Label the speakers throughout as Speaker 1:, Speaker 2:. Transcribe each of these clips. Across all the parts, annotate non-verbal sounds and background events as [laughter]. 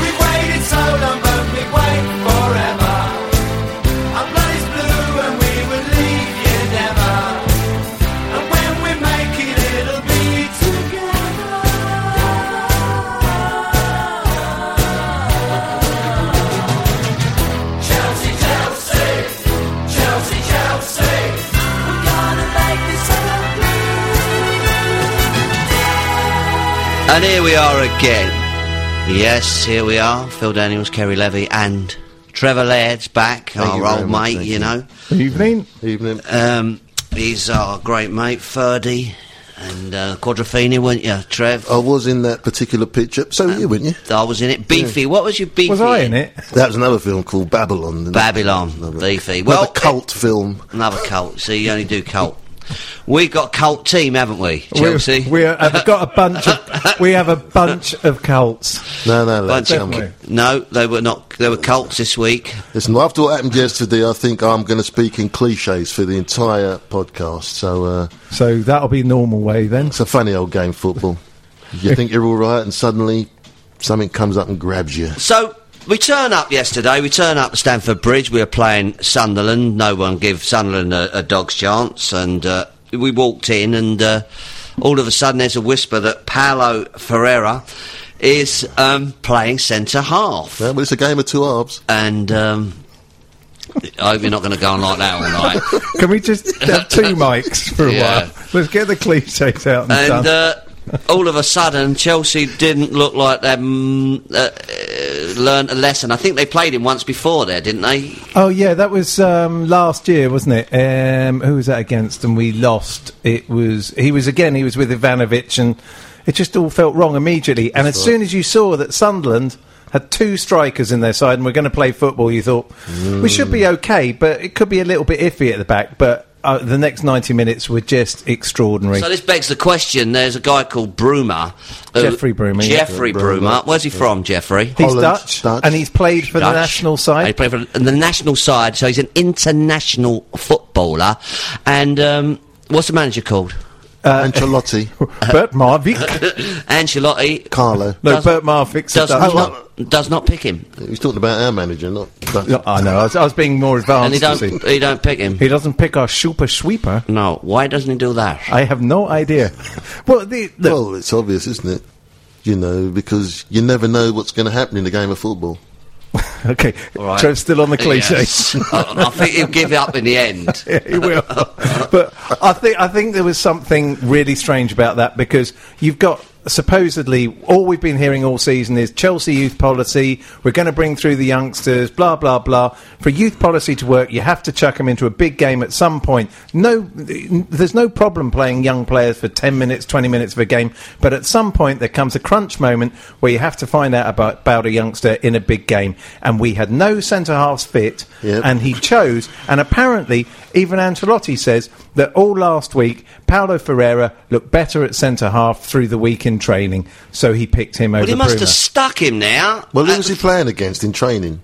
Speaker 1: We've waited so long, but we wait forever. Our blood is blue, and we will leave you never. And when we make it, it'll be together. Chelsea, Chelsea, Chelsea, Chelsea. We're gonna make this
Speaker 2: And here we are again. Yes, here we are. Phil Daniels, Kerry Levy, and Trevor Laird's back,
Speaker 3: Thank you
Speaker 2: our
Speaker 3: very
Speaker 2: old
Speaker 3: much,
Speaker 2: mate,
Speaker 3: thank
Speaker 2: you
Speaker 3: you.
Speaker 2: know.
Speaker 4: Evening.
Speaker 3: Evening.
Speaker 2: Um, he's our great mate, Ferdy, and uh, Quadrophenia, weren't you, Trev?
Speaker 3: I was in that particular picture. So were you, weren't you?
Speaker 2: I was in it. Beefy, what was your beefy?
Speaker 4: Was I in it?
Speaker 3: That was another film called Babylon. didn't it?
Speaker 2: Babylon,
Speaker 3: Another-
Speaker 2: Beefy.
Speaker 3: another
Speaker 2: Well,
Speaker 3: cult film.
Speaker 2: Another cult. See, you only do cult. We've got cult team, haven't we, Chelsea?
Speaker 4: We, we have got a bunch of we have a bunch of cults.
Speaker 3: No, no,
Speaker 2: Bunch
Speaker 3: lads.
Speaker 2: of
Speaker 3: um,
Speaker 4: Definitely.
Speaker 2: c- no, they were not. They were cults this week.
Speaker 3: Listen, after what happened yesterday, I think I'm going to speak in cliches for the entire podcast. So uh,
Speaker 4: So that'll be normal way then.
Speaker 3: it's a funny old game, football. You think you're all right, and suddenly something comes up and grabs you.
Speaker 2: So we turn up yesterday. We turn up at Stamford Bridge. We were playing Sunderland. No one give Sunderland a, a dog's chance, and uh, we walked in, and uh, all of a sudden there's a whisper that Paolo Ferreira is um, playing centre half,
Speaker 3: Yeah, well, it's a game of two halves.
Speaker 2: and. Um, I hope you're not going to go on like that all night.
Speaker 4: Can we just have two mics for a
Speaker 2: Yeah.
Speaker 4: while? Let's get the cliches out and,
Speaker 2: And
Speaker 4: done.
Speaker 2: uh, all of a sudden, Chelsea didn't look like they mm, uh, uh, learned a lesson. I think they played him once before there, didn't they?
Speaker 4: oh yeah, that was um, last year, wasn't it? Um, who was that against? And we lost. It was he was again. He was with Ivanovic, and it just all felt wrong immediately. And as soon as you saw that Sunderland had two strikers in their side and we're going to play football, you thought we should be okay, but it could be a little bit iffy at the back. But uh, the next ninety minutes were just extraordinary.
Speaker 2: So this begs the question. There's a guy called Broomer. who-
Speaker 4: Jeffrey Broomer, yeah.
Speaker 2: Jeffrey Broomer. Where's he from, Jeffrey?
Speaker 4: He's
Speaker 3: Holland,
Speaker 4: Dutch,
Speaker 3: Dutch.
Speaker 4: and he's played for the
Speaker 2: Dutch.
Speaker 4: national
Speaker 2: He
Speaker 4: side.
Speaker 2: played for the national side, so he's an international footballer. And um, what's the manager called?
Speaker 3: Ancelotti,
Speaker 4: Bert Marvik.
Speaker 2: [laughs] Ancelotti
Speaker 3: Carlo.
Speaker 4: No,
Speaker 2: Does-
Speaker 4: Bert Marvik's a
Speaker 2: does
Speaker 4: Dutch.
Speaker 2: not, does not pick him,
Speaker 3: He's talking about our manager, not.
Speaker 4: No, I know. I was, I was being more
Speaker 2: and
Speaker 4: advanced.
Speaker 2: he
Speaker 4: you
Speaker 2: don't
Speaker 4: see.
Speaker 2: he don't pick him.
Speaker 4: He doesn't pick our super sweeper.
Speaker 2: No, why doesn't he do that?
Speaker 4: I have no
Speaker 2: [laughs]
Speaker 4: idea. Well, the, the,
Speaker 3: Well, it's obvious, isn't it? You know, because you never know what's going to happen in a game of football.
Speaker 4: okay,
Speaker 2: All right.
Speaker 4: Trev's still on the cliches.
Speaker 2: Yes. [laughs] Oh, I, I think he'll give up in the end.
Speaker 4: [laughs] Yeah, he will. but I think I think there was something really strange about that because you've got supposedly all we've been hearing all season is Chelsea youth policy. We're going to bring through the youngsters. Blah blah blah. For youth policy to work, you have to chuck them into a big game at some point. No, there's no problem playing young players for ten minutes, twenty minutes of a game. But at some point there comes a crunch moment where you have to find out about, about a youngster in a big game. And we had no centre halves fit,
Speaker 3: Yep.
Speaker 4: and he chose. And apparently, even Ancelotti says that all last week, Paulo Ferreira looked better at centre half through the week in training, so he picked him
Speaker 2: But
Speaker 4: over
Speaker 2: he must
Speaker 4: Bruma.
Speaker 2: have stuck him now.
Speaker 3: Well, who
Speaker 2: Uh,
Speaker 3: was he playing against in training?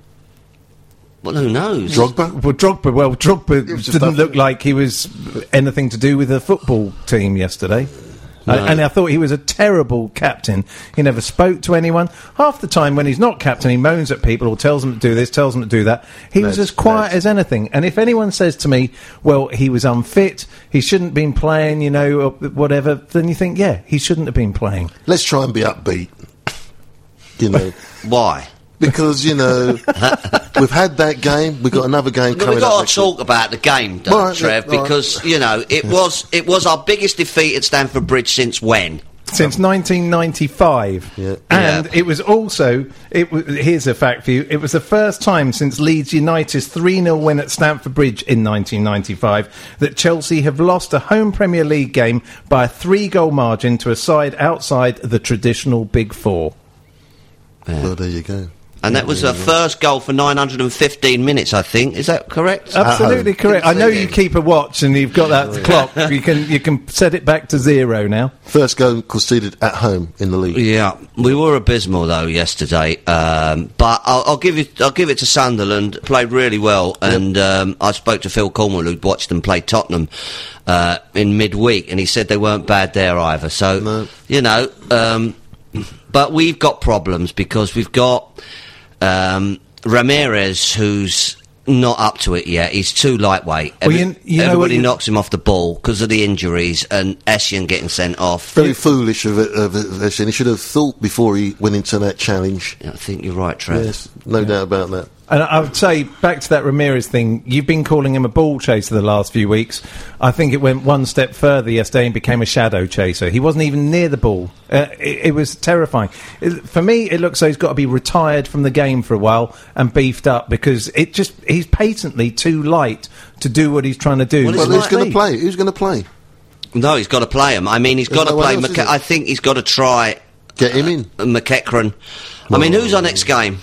Speaker 2: well, who knows?
Speaker 3: Drogba?
Speaker 4: well, Drogba, well, Drogba
Speaker 3: was just
Speaker 4: didn't
Speaker 3: that-
Speaker 4: look like he was anything to do with the football team yesterday. I- and I thought he was a terrible captain. He never spoke to anyone. Half the time when he's not captain, he moans at people or tells them to do this, tells them to do that. He was
Speaker 3: Lads,
Speaker 4: as quiet
Speaker 3: lads.
Speaker 4: as anything. And if anyone says to me, well, he was unfit, he shouldn't have been playing, you know, or whatever, then you think, yeah, he shouldn't have been playing.
Speaker 3: Let's try and be upbeat. You
Speaker 4: [laughs]
Speaker 3: know,
Speaker 2: Why?
Speaker 3: because you know we've had that game. We've got another game
Speaker 2: Well,
Speaker 3: coming
Speaker 2: we've
Speaker 3: up.
Speaker 2: got to
Speaker 3: next
Speaker 2: talk about the game, don't
Speaker 3: All right,
Speaker 2: Trev,
Speaker 3: yeah, all right.
Speaker 2: because you know it was it was our biggest defeat at Stamford Bridge since when?
Speaker 4: since 1995.
Speaker 3: Um, Yeah.
Speaker 4: And
Speaker 2: Yeah.
Speaker 4: it was also it was, here's a fact for you. It was the first time since Leeds United's 3-0 win at Stamford Bridge in 1995 that Chelsea have lost a home Premier League game by a three-goal margin to a side outside the traditional Big 4.
Speaker 3: Well, there you go.
Speaker 2: And that was the first goal for 915 minutes, I think. Is that correct?
Speaker 4: Absolutely
Speaker 3: home.
Speaker 4: correct. I know you
Speaker 2: Absolutely.
Speaker 4: keep a watch and you've got
Speaker 3: [laughs]
Speaker 4: that clock. You can you can set it back to zero now.
Speaker 3: First goal conceded at home in the league.
Speaker 2: yeah, we were abysmal though yesterday, um, but I'll, I'll give it. I'll give it to Sunderland. Played really well, and um, I spoke to Phil Cornwall, who'd watched them play Tottenham uh, in midweek, and he said they weren't bad there either. So
Speaker 3: No.
Speaker 2: you know, um, but we've got problems because we've got um, Ramirez, who's not up to it yet. He's too lightweight.
Speaker 4: Well, you-
Speaker 2: Every-
Speaker 4: you know what
Speaker 2: everybody
Speaker 4: you-
Speaker 2: knocks him off the ball because of the injuries and Essien getting sent off.
Speaker 3: Very foolish of it. Of it of it. he should have thought before he went into that challenge.
Speaker 2: I think you're right, Trev.
Speaker 3: Yes, no doubt about that.
Speaker 4: And I would say back to that Ramirez thing. You've been calling him a ball chaser the last few weeks. I think it went one step further yesterday and became a shadow chaser. He wasn't even near the ball. Uh, it, it was terrifying. It- for me, it looks like he's got to be retired from the game for a while and beefed up because it just he's patently too light to do what he's trying to do.
Speaker 2: Well,
Speaker 3: Well,
Speaker 2: It's
Speaker 3: who's
Speaker 2: like
Speaker 3: going
Speaker 4: me.
Speaker 3: to play? Who's going to play?
Speaker 2: No, he's got to play him. I mean, he's
Speaker 3: There's
Speaker 2: got to
Speaker 3: no one
Speaker 2: play.
Speaker 3: else, is
Speaker 2: McK-
Speaker 3: there?
Speaker 2: I think he's got to try
Speaker 3: Get him in.
Speaker 2: McEachran. I mean, who's our next game?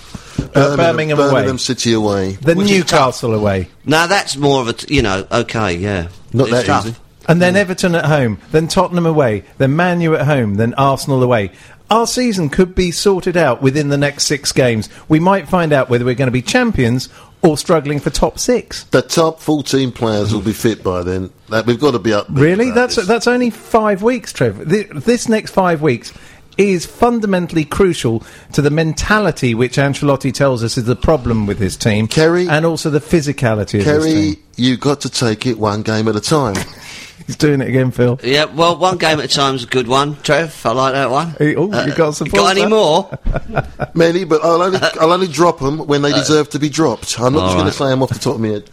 Speaker 4: Uh, Birmingham away.
Speaker 3: City away.
Speaker 4: The
Speaker 2: Which is
Speaker 4: Newcastle away.
Speaker 2: Now that's more of a t- you know. Okay, yeah,
Speaker 3: Not
Speaker 2: It's
Speaker 3: that
Speaker 2: tough.
Speaker 3: easy.
Speaker 4: And then Everton at home, then Tottenham away, then Man U at home, then Arsenal away. Our season could be sorted out within the next six games. We might find out whether we're going to be champions or struggling for top six.
Speaker 3: The top 14 players will be fit by then. That we've got to be up. there
Speaker 4: Really?
Speaker 3: about
Speaker 4: That's
Speaker 3: this.
Speaker 4: that's only five weeks, Trevor. Th- This next five weeks is fundamentally crucial to the mentality which Ancelotti tells us is the problem with his team,
Speaker 3: Kerry-
Speaker 4: and also the physicality of his
Speaker 3: Kerry.
Speaker 4: team.
Speaker 3: You got to take it one game at a time. [laughs]
Speaker 4: He's doing it again, Phil.
Speaker 2: Yeah, well, one game at a time's a good one, Trev. I like that one.
Speaker 4: Hey, oh, you got some
Speaker 2: Got any
Speaker 4: thoughts,
Speaker 2: more?
Speaker 3: Many, but I'll only, I'll only drop them when they deserve to be dropped. I'm not just going
Speaker 2: right.
Speaker 3: to say them off the top of my head.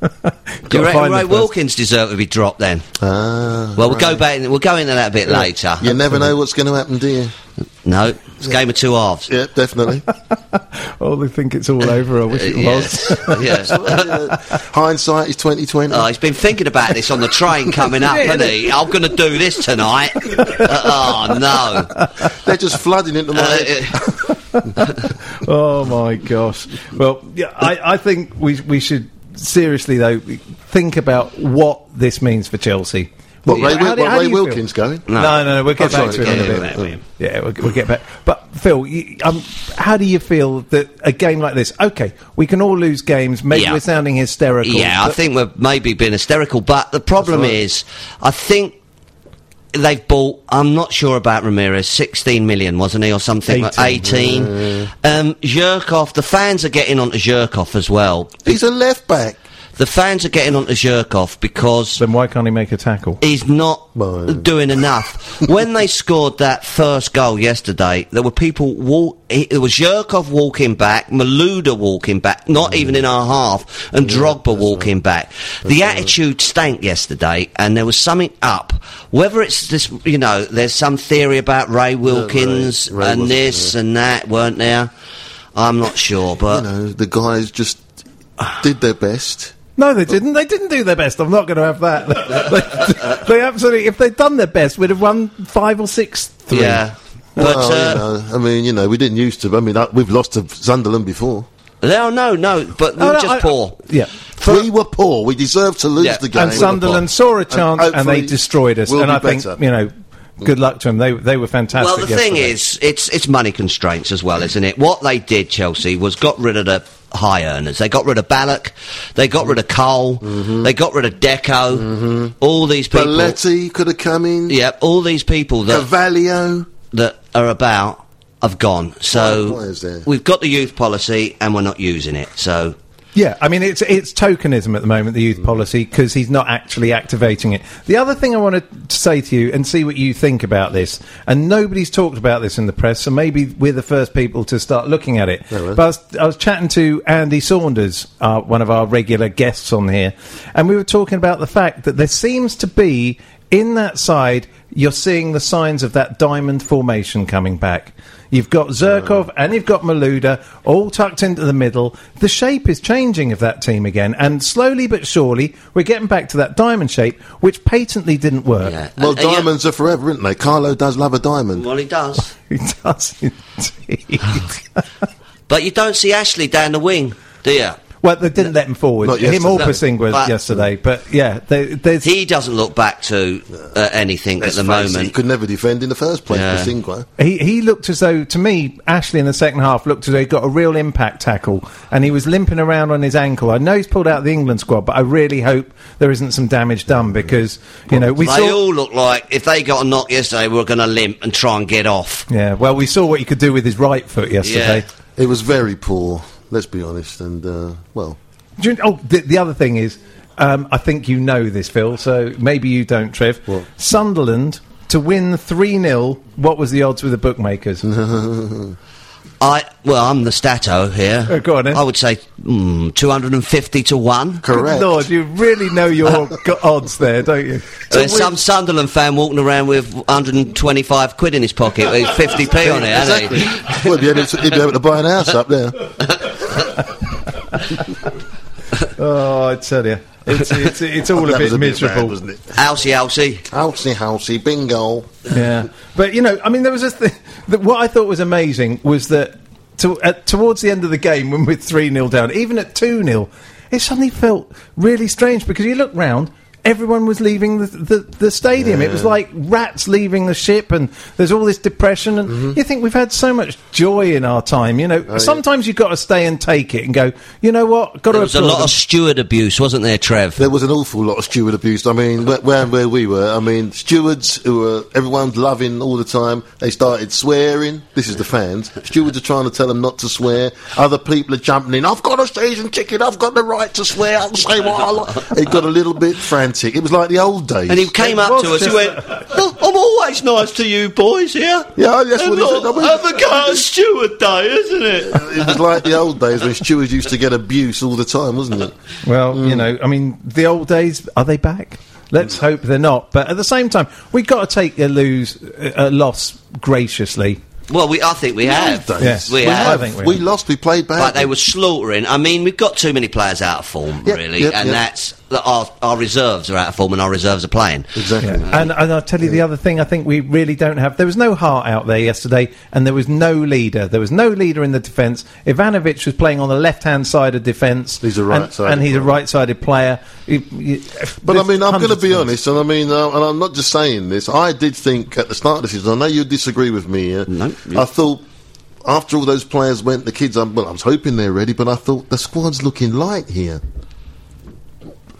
Speaker 2: Do you
Speaker 4: Gotta
Speaker 2: reckon
Speaker 4: find
Speaker 2: Ray
Speaker 4: them first.
Speaker 2: Wilkins deserve to be dropped then?
Speaker 3: Ah,
Speaker 2: Well, we'll go back. We'll go into that a bit later.
Speaker 3: you never know what's going to happen, do you?
Speaker 2: No, it's a game of two halves.
Speaker 3: Yeah, definitely.
Speaker 4: Oh, they think it's all over. I wish
Speaker 2: [laughs]
Speaker 4: it was.
Speaker 2: Yes. Yeah.
Speaker 3: [laughs] Uh, Hindsight is 2020.
Speaker 2: Oh, he's been thinking about this on the train coming up, hasn't he? I'm going to do this
Speaker 3: [laughs]
Speaker 2: tonight. oh no!
Speaker 3: They're just flooding into my
Speaker 2: Uh,
Speaker 3: head. [laughs]
Speaker 4: Oh my gosh! Well, yeah, I, I think we we should seriously though think about what this means for Chelsea.
Speaker 3: What, Ray,
Speaker 4: How
Speaker 3: Wil-
Speaker 4: do-
Speaker 3: what,
Speaker 4: how do
Speaker 3: Ray
Speaker 4: you feel?
Speaker 3: Wilkins going?
Speaker 4: No, no, no. We'll get
Speaker 3: Oh, sorry,
Speaker 4: back to it
Speaker 2: yeah,
Speaker 4: in a
Speaker 2: yeah,
Speaker 4: bit.
Speaker 2: yeah, yeah.
Speaker 4: Yeah, we'll, we'll get back. But Phil, you, um, how do you feel that a game like this? Okay, we can all lose games. Maybe
Speaker 2: Yeah.
Speaker 4: we're sounding hysterical.
Speaker 2: Yeah, I
Speaker 4: but-
Speaker 2: think we've maybe been hysterical, but the problem
Speaker 3: That's right.
Speaker 2: is, I think they've bought. I'm not sure about Ramirez. 16 million, wasn't he, or something?
Speaker 4: 18.
Speaker 2: 18. Um, Zhirkov. The fans are getting onto Zhirkov as well.
Speaker 3: He's a left back.
Speaker 2: The fans are getting onto Zhirkov because
Speaker 4: Then why can't he make a tackle?
Speaker 2: he's not
Speaker 3: Well,
Speaker 2: doing enough. when they scored that first goal yesterday, there were people walk. It was Zhirkov walking back, Maluda walking back, not even in our half, and Drogba walking back. The attitude stank yesterday, and there was something up. Whether it's this, you know, there's some theory about Ray Wilkins
Speaker 3: Ray
Speaker 2: and
Speaker 3: wasn't
Speaker 2: this
Speaker 3: there.
Speaker 2: and that, weren't there? I'm not sure,
Speaker 3: You
Speaker 2: but
Speaker 3: know, the guys just did their best.
Speaker 4: No, they didn't. They didn't do their best. I'm not going to have that. [laughs] they, they absolutely. If they'd done their best, we'd have won five or six. Three.
Speaker 2: yeah. But
Speaker 3: well,
Speaker 2: uh,
Speaker 3: Oh, you know, I mean, you know, we didn't used to. I mean, uh, we've lost to Sunderland before.
Speaker 2: no, no, no. But we
Speaker 4: Oh,
Speaker 2: were
Speaker 4: no,
Speaker 2: just
Speaker 4: I-
Speaker 2: poor.
Speaker 4: Yeah.
Speaker 3: we were poor. We deserved to lose
Speaker 2: Yeah.
Speaker 3: the game.
Speaker 4: and
Speaker 3: We were poor.
Speaker 4: Sunderland saw a chance and,
Speaker 3: hopefully
Speaker 4: they destroyed us.
Speaker 3: we'll
Speaker 4: and
Speaker 3: be
Speaker 4: I think
Speaker 3: better.
Speaker 4: you know, good luck to them. They they were fantastic.
Speaker 2: Well, the thing
Speaker 4: yesterday.
Speaker 2: is, it's it's money constraints as well, isn't it? What they did, Chelsea, was got rid of the high earners. They got rid of Ballack, they got rid of Cole,
Speaker 3: Mm-hmm.
Speaker 2: they got rid of Deco. All these people,
Speaker 3: Belletti could have come in.
Speaker 2: yeah, Uh, all these people that
Speaker 3: Cavallo.
Speaker 2: that are about have gone. So
Speaker 3: Why- why is that?
Speaker 2: we've got the youth policy and we're not using it. So
Speaker 4: yeah. I mean, it's it's tokenism at the moment, the youth policy, because he's not actually activating it. The other thing I want to say to you and see what you think about this, and nobody's talked about this in the press, so maybe we're the first people to start looking at it.
Speaker 3: well.
Speaker 4: But I was, I was chatting to Andy Saunders, uh, one of our regular guests on here, and we were talking about the fact that there seems to be in that side, you're seeing the signs of that diamond formation coming back.
Speaker 3: Oh.
Speaker 4: You've got Zirkov and you've got Maluda all tucked into the middle. The shape is changing of that team again, and slowly but surely, we're getting back to that diamond shape, which patently didn't work.
Speaker 2: Yeah.
Speaker 3: Well,
Speaker 2: And- and yeah-
Speaker 3: diamonds are forever, aren't they? Carlo does love a diamond.
Speaker 2: Well, he does.
Speaker 4: [laughs] It does indeed.
Speaker 2: But you don't see Ashley down the wing, do you?
Speaker 4: well, they didn't let him forward.
Speaker 3: Not
Speaker 4: Him or
Speaker 3: yesterday.
Speaker 4: Pasingwa
Speaker 2: But-
Speaker 4: yesterday, but yeah, they, there's
Speaker 2: He doesn't look back to uh, anything at the
Speaker 3: Face it, He
Speaker 2: moment.
Speaker 3: could never defend in the first place,
Speaker 2: Yeah.
Speaker 3: Basingua.
Speaker 4: He, he looked as though, to me, Ashley in the second half looked as though he got a real impact tackle and he was limping around on his ankle. I know he's pulled out of the England squad, but I really hope there isn't some damage done because, you know, we
Speaker 2: they
Speaker 4: saw.
Speaker 2: all look like if they got a knock yesterday, we were going to limp and try and get off.
Speaker 4: Yeah, well, we saw what he could do with his right foot yesterday.
Speaker 2: Yeah.
Speaker 3: It was very poor, let's be honest. And, uh, well,
Speaker 4: Do you- oh, the, the other thing is, um, I think you know this, Phil, so maybe you don't, Trev.
Speaker 3: What?
Speaker 4: Sunderland to win 3 0, what was the odds with
Speaker 2: [laughs]
Speaker 4: the bookmakers?
Speaker 2: I well, I'm the stato here.
Speaker 4: Oh, go on then.
Speaker 2: I would say mm, 250 to one. Uh,
Speaker 3: correct. [laughs]
Speaker 4: Lord, you really know your
Speaker 2: [laughs]
Speaker 4: go- odds there, don't you?
Speaker 2: There's some Sunderland fan walking around with 125 quid in his pocket, with 50p on it, hasn't
Speaker 3: Exactly.
Speaker 2: he?
Speaker 3: well, he'd be, able to, he'd be able to buy an house up there.
Speaker 4: Oh, I tell you, it's, it's, it's all
Speaker 3: That
Speaker 4: a bit
Speaker 3: was a bit
Speaker 4: miserable,
Speaker 3: bad, wasn't it?
Speaker 2: Alcy, Alcy.
Speaker 3: Housey, housey, bingo.
Speaker 4: Yeah, but you know, I mean, there was this thing [laughs] that what I thought was amazing was that to, at, towards the end of the game, when we're three 0 down, even at two 0 it suddenly felt really strange because you look round. Everyone was leaving the, the, the stadium. It was like rats leaving the ship, and there's all this depression. And you think we've had so much joy in our time, you know. sometimes you've got to stay and take it and go. You know what?
Speaker 2: There
Speaker 4: Got to
Speaker 2: was a
Speaker 4: applaud
Speaker 2: lot
Speaker 4: them."
Speaker 2: of steward abuse, wasn't there, Trev?
Speaker 3: There was an awful lot of steward abuse. I mean, where, where, where we were, I mean, stewards who were everyone's loving all the time. They started swearing. This is the fans. Stewards are trying to tell them not to swear. Other people are jumping in. I've got a season ticket. I've got the right to swear. I'll say what I like. It got a little bit frantic. It was like the old days.
Speaker 2: And he came up to us. He went, "Oh, "I'm always nice to you boys here."
Speaker 3: Yeah, that's
Speaker 2: And
Speaker 3: what he said.
Speaker 2: look,
Speaker 3: I mean-
Speaker 2: Have a go at Steward Day, isn't it?
Speaker 3: it was like the old days when stewards used to get abuse all the time, wasn't it?
Speaker 4: Well, you
Speaker 3: Mm.
Speaker 4: know, I mean, the old days are they back? Let's hope they're not. But at the same time, we've got to take a lose a loss graciously.
Speaker 2: Well, we, I think we have.
Speaker 3: days.
Speaker 4: Yes.
Speaker 2: we
Speaker 4: Well,
Speaker 2: have.
Speaker 4: I think we
Speaker 3: We
Speaker 4: have.
Speaker 3: lost. We played bad.
Speaker 2: But they were slaughtering. I mean, we've got too many players out of form,
Speaker 3: Yep,
Speaker 2: really,
Speaker 3: yep,
Speaker 2: and
Speaker 3: yep.
Speaker 2: that's that our our reserves are out of form, and our reserves are playing.
Speaker 3: exactly.
Speaker 4: Yeah. And, and I'll tell you the other thing I think we really don't have. There was no heart out there yesterday, and there was no leader. There was no leader in the defence. Ivanovic was playing on the left hand side of defence.
Speaker 3: He's a
Speaker 4: and-
Speaker 3: right-sided
Speaker 4: And he's a
Speaker 3: player.
Speaker 4: right sided player. You- you-
Speaker 3: But I
Speaker 4: there's
Speaker 3: mean, I'm going to
Speaker 4: hundreds
Speaker 3: be
Speaker 4: of-
Speaker 3: honest, and I mean, uh, and I'm not just saying this. I did think at the start of the season. I know you disagree with me. Uh,
Speaker 2: No.
Speaker 3: I thought after all those players went, the kids. I'm, well, I was hoping they're ready, but I thought the squad's looking light here.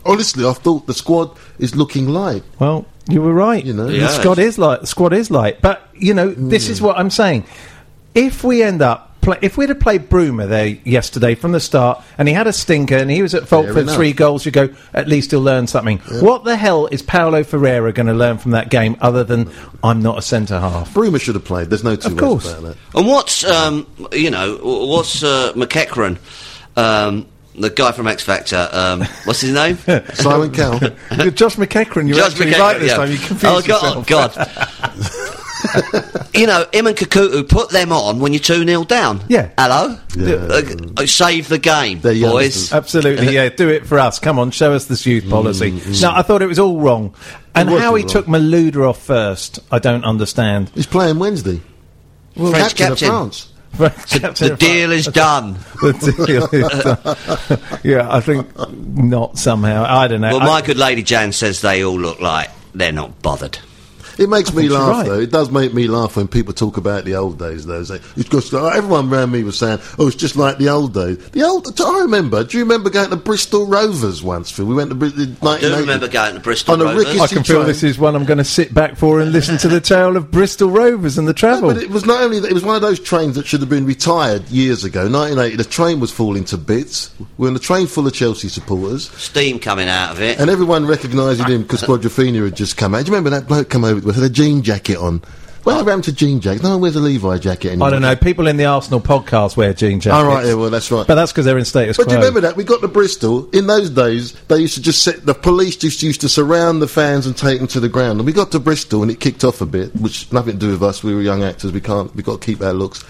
Speaker 3: Honestly, I thought the squad is looking light.
Speaker 4: Well, you were right.
Speaker 3: know.
Speaker 4: the
Speaker 2: Yeah.
Speaker 4: squad is light. The squad is light. But you know, this is what I'm saying. If we end up, play, if we'd have played Bruma there yesterday from the start, and he had a stinker, and he was at fault
Speaker 3: Fair
Speaker 4: for
Speaker 3: enough.
Speaker 4: three goals, you go, at least he'll learn something. What the hell is Paolo Ferreira going to learn from that game, other than I'm not a centre
Speaker 3: [laughs]
Speaker 4: half?
Speaker 3: Bruma should have played. There's no two
Speaker 4: Of
Speaker 3: ways
Speaker 4: course.
Speaker 3: about that.
Speaker 2: And what's um, you know wh- what's uh, McEachran, um, the guy from X Factor? Um, what's his
Speaker 4: [laughs]
Speaker 2: name?
Speaker 3: Simon Cowell.
Speaker 2: [laughs]
Speaker 4: Josh McEachran, you're
Speaker 2: Josh
Speaker 4: actually
Speaker 2: McEachran,
Speaker 4: right this
Speaker 2: yeah.
Speaker 4: time. You confused
Speaker 2: oh, God,
Speaker 4: yourself.
Speaker 2: oh, God. you know, him and Kakutu put them on when you're 2 0 down.
Speaker 4: Yeah.
Speaker 2: Hello?
Speaker 3: Yeah.
Speaker 2: Uh, save the game,
Speaker 3: They're young,
Speaker 2: boys.
Speaker 4: Uh, Absolutely, yeah. Do it for us. Come on, show us this youth policy. No, I thought it was all wrong. And
Speaker 3: was
Speaker 4: how
Speaker 3: all
Speaker 4: he
Speaker 3: wrong.
Speaker 4: took Maluda off first, I don't understand.
Speaker 3: He's playing Wednesday.
Speaker 2: French
Speaker 3: of
Speaker 2: captain.
Speaker 3: France.
Speaker 4: [laughs]
Speaker 2: The deal is done.
Speaker 4: The deal is- yeah, I think not somehow. I don't know.
Speaker 2: Well,
Speaker 4: I-
Speaker 2: my good lady Jan says they all look like they're not bothered.
Speaker 3: It makes me
Speaker 4: think you're
Speaker 3: laugh,
Speaker 4: right.
Speaker 3: though. It does make me laugh when people talk about the old days, though. It's like- it's just, like- everyone around me was saying, oh, it's just like the old days. The old, I remember, do you remember going to Bristol Rovers once, Phil? We went to uh, Bristol in
Speaker 2: I do remember
Speaker 3: 1980.
Speaker 2: going to Bristol
Speaker 3: On a
Speaker 2: Rovers.
Speaker 3: rickety-
Speaker 4: I can feel this is one I'm going to sit back for and listen to the tale of Bristol Rovers and the travel.
Speaker 3: But it was not only that, it was one of those trains that should have been retired years ago. 1980, the train was falling to bits. We were on a train full of Chelsea supporters.
Speaker 2: Steam coming out of it.
Speaker 3: And everyone recognising him because Quadrophenia had just come out. Do you remember that bloke come over with had a jean jacket on? Whatever happened to jean jackets? No one wears a Levi jacket anymore.
Speaker 4: I don't know. People in the Arsenal podcast wear jean jackets.
Speaker 3: All right, yeah, well, that's right.
Speaker 4: But that's because they're in status
Speaker 3: But do
Speaker 4: quo.
Speaker 3: you remember that? We got to Bristol. In those days, they used to just set, the police just used to surround the fans and take them to the ground. And we got to Bristol and it kicked off a bit, which nothing to do with us. We were young actors. We can't, we got to keep our looks.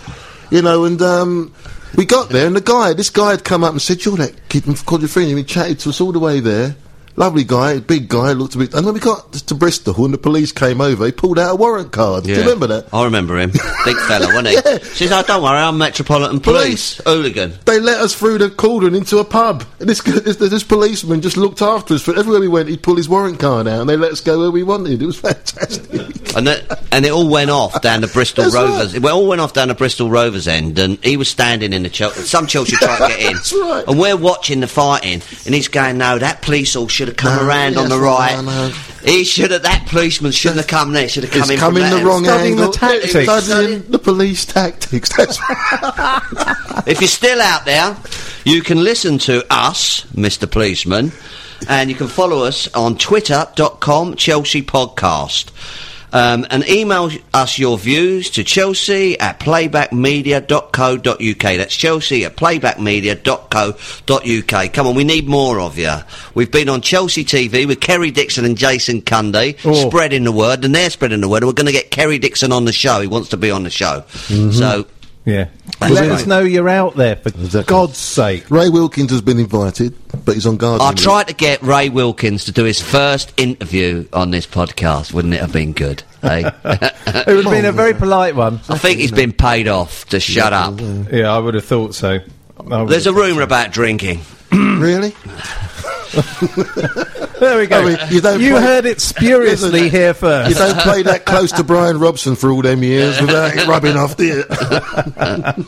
Speaker 3: You know, and, um, we got there and the guy, this guy had come up and said, you're that kid from Quadrophenia. He chatted to us all the way there. Lovely guy, big guy, looked a bit. And when we got to Bristol and the police came over, he pulled out a warrant card. Do
Speaker 2: Yeah.
Speaker 3: you remember that?
Speaker 2: I remember him. Big fella, wasn't he?
Speaker 3: [laughs] Yeah.
Speaker 2: Says, oh, don't worry, I'm Metropolitan Police. Hooligan.
Speaker 3: They let us through the cauldron into a pub. And this, [laughs] this, this policeman just looked after us. For everywhere we went, he'd pull his warrant card out, and they let us go where we wanted. It was [laughs] fantastic.
Speaker 2: And that, and it all went off down the Bristol
Speaker 3: That's
Speaker 2: Rovers.
Speaker 3: right.
Speaker 2: It all went off down the Bristol Rovers end, and he was standing in the Chelsea. Some Chelsea tried to get in,
Speaker 3: [laughs] That's right.
Speaker 2: and we're watching the fighting, and he's going, "No, that police all should have come
Speaker 3: No,
Speaker 2: around on the
Speaker 3: yes, no,
Speaker 2: right.
Speaker 3: no.
Speaker 2: He should have. That policeman shouldn't have come there. Should have come
Speaker 3: It's
Speaker 2: in
Speaker 3: come
Speaker 2: from
Speaker 3: in the
Speaker 2: there.
Speaker 3: wrong
Speaker 4: Studying the
Speaker 3: angle.
Speaker 4: tactics.
Speaker 3: Studying the police tactics. That's right.
Speaker 2: [laughs] If you're still out there, you can listen to us, Mr. Policeman, and you can follow us on twitter.com, Chelsea Podcast. Um, and email us your views to chelsea at playbackmedia.co.uk. That's chelsea at playbackmedia.co.uk. Come on, we need more of you. We've been on Chelsea TV with Kerry Dixon and Jason Cundy,
Speaker 4: Oh.
Speaker 2: spreading the word, and they're spreading the word. We're going to get Kerry Dixon on the show. He wants to be on the show. So
Speaker 4: yeah.
Speaker 2: That's
Speaker 4: Let
Speaker 2: right.
Speaker 4: us know you're out there for God's sake.
Speaker 3: Ray Wilkins has been invited, but he's on garden.
Speaker 2: I
Speaker 3: leave.
Speaker 2: tried to get Ray Wilkins to do his first interview on this podcast. Wouldn't it have been good?
Speaker 4: [laughs]
Speaker 2: eh?
Speaker 3: Uh,
Speaker 4: It would have been a very polite
Speaker 3: [laughs]
Speaker 4: one.
Speaker 2: I think he's been paid off to shut up.
Speaker 4: Yeah, I would have thought so. I would
Speaker 2: There's a
Speaker 4: have-
Speaker 2: rumour about drinking.
Speaker 3: really.
Speaker 4: There we go.
Speaker 3: I mean, you don't
Speaker 4: you
Speaker 3: play-
Speaker 4: heard it
Speaker 3: [laughs]
Speaker 4: spuriously here first.
Speaker 3: You don't play that close to Brian Robson for all them years without it rubbing off, do you?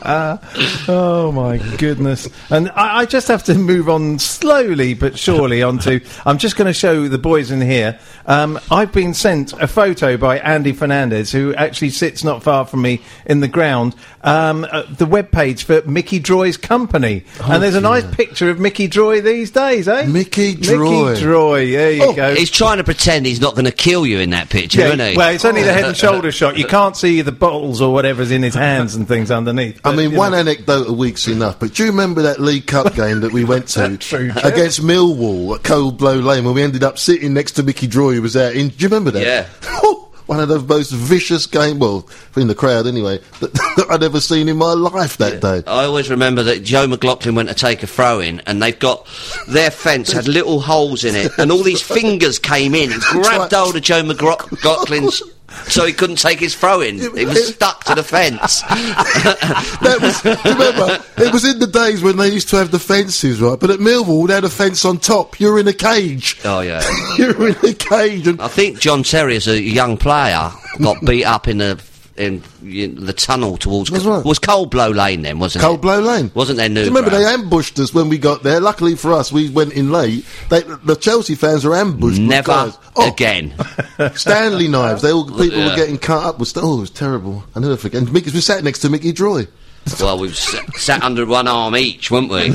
Speaker 3: [laughs]
Speaker 4: Oh my goodness! And I, I just have to move on slowly but surely onto. I'm just going to show the boys in here. Um, I've been sent a photo by Andy Fernandez, who actually sits not far from me in the ground. Um, uh, the webpage for Mickey Droy's company,
Speaker 3: Oh,
Speaker 4: and there's a nice picture of Mickey Droy these days, eh?
Speaker 3: Mickey Droy.
Speaker 4: Mickey Droy. There you
Speaker 3: Oh,
Speaker 4: go.
Speaker 2: He's trying to pretend he's not going to kill you in that picture,
Speaker 4: Yeah,
Speaker 2: isn't he?
Speaker 4: well, it's only
Speaker 3: [laughs]
Speaker 4: the head and shoulder shot. You can't see the bottles or whatever's in his hands and things underneath.
Speaker 3: I
Speaker 4: but,
Speaker 3: mean,
Speaker 4: you
Speaker 3: one
Speaker 4: know.
Speaker 3: anecdote a week's enough. But do you remember that League
Speaker 4: [laughs]
Speaker 3: Cup game that we went to
Speaker 4: True, yeah.
Speaker 3: against Millwall at Cold Blow Lane, where we ended up sitting next to Mickey Droy, who was out in? Do you remember that? [laughs] Oh,
Speaker 2: Yeah.
Speaker 3: One of the most vicious game, well, in the crowd anyway, [laughs] that, that I'd ever seen in my life that day.
Speaker 2: I always remember that Joe McLaughlin went to take a throw in, and they've got their fence had little holes in it, and all
Speaker 4: [laughs]
Speaker 2: these fingers came in and grabbed
Speaker 3: right.
Speaker 2: hold of Joe
Speaker 4: [laughs]
Speaker 2: McLaughlin's. So he couldn't take his throw in. It was stuck to the
Speaker 4: [laughs]
Speaker 2: fence.
Speaker 3: [laughs] That was, remember, it was in the days when they used to have the fences, right? But at Millwall, they had a fence on top. You're in a cage. [laughs]
Speaker 2: Oh, yeah.
Speaker 3: You're in a cage. And
Speaker 2: I think John Terry, as a young player, got beat up in the in you know, the tunnel towards
Speaker 3: That's right.
Speaker 2: was Cold Blow Lane then, wasn't
Speaker 3: Cold
Speaker 2: it?
Speaker 3: Blow Lane.
Speaker 2: Wasn't there new
Speaker 3: Do you remember
Speaker 2: ground?
Speaker 3: they ambushed us when we got there? Luckily for us, we went in late. They, the Chelsea fans were ambushed. with
Speaker 2: Never
Speaker 3: guys. Oh,
Speaker 2: again.
Speaker 3: [laughs] Stanley
Speaker 2: [laughs]
Speaker 3: knives. They all people
Speaker 2: Yeah.
Speaker 3: were getting cut up. With, oh, it was terrible. I never forget. And Mickey, we sat next to Mickey Droy.
Speaker 2: well, we've s- sat under one arm each, weren't we?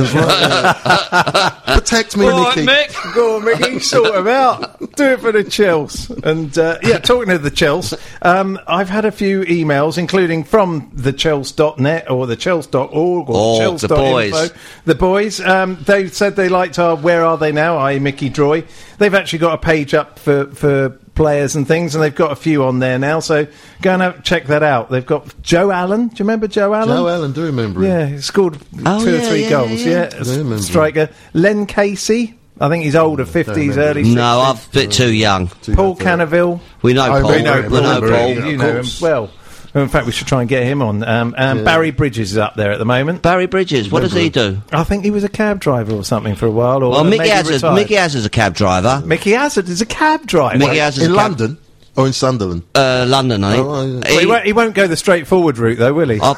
Speaker 2: Uh,
Speaker 3: Protect me,
Speaker 2: Right,
Speaker 3: Mickey.
Speaker 2: Mick.
Speaker 4: Go on, Mickey, sort them out. Do it for the Chels. And uh,
Speaker 2: [laughs]
Speaker 4: yeah, talking of the Chels, um, I've had a few emails, including from the Chels.net or the Chels.org or
Speaker 2: Oh,
Speaker 4: Chels.info.
Speaker 2: the boys.
Speaker 4: The boys, um, they said they liked our Where Are They Now, i.e. Mickey Droy. They've actually got a page up for, for players and things, and they've got a few on there now, so go and have, check that out. They've got Joe Allen. Do you remember Joe Allen?
Speaker 3: Joe Allen, do remember him?
Speaker 4: Yeah, he scored
Speaker 2: Oh,
Speaker 4: two or
Speaker 2: yeah,
Speaker 4: three
Speaker 2: yeah,
Speaker 4: goals.
Speaker 2: yeah, yeah.
Speaker 4: Yeah,
Speaker 3: I remember. Oh,
Speaker 4: striker Len Casey. I think he's older, fifties,
Speaker 3: remember.
Speaker 4: early.
Speaker 2: [laughs]
Speaker 4: 60s.
Speaker 2: no, I'm a bit too young.
Speaker 4: Paul Cannaville.
Speaker 2: We know
Speaker 3: Oh,
Speaker 2: Paul.
Speaker 3: we know Paul,
Speaker 2: know
Speaker 3: we
Speaker 2: Paul.
Speaker 3: know.
Speaker 4: You
Speaker 3: of
Speaker 4: know him
Speaker 3: course.
Speaker 4: well. In fact, we should try and get him on. Um, and Barry Bridges is up there at the moment.
Speaker 2: Barry Bridges, what does he do?
Speaker 4: I think he was a cab driver or something for a while. Or
Speaker 2: Well,
Speaker 4: maybe
Speaker 2: Mickey Hazard,
Speaker 4: retired.
Speaker 2: Mickey Hazard's a cab driver.
Speaker 4: Mickey Hazard is a cab driver.
Speaker 2: Mickey Hazard's
Speaker 3: In
Speaker 2: a cab-
Speaker 3: London or in Sunderland?
Speaker 2: Uh, London, I think.
Speaker 3: Oh, yeah.
Speaker 4: Well, he, won't, he won't go the straightforward route though, will he?
Speaker 2: Oh,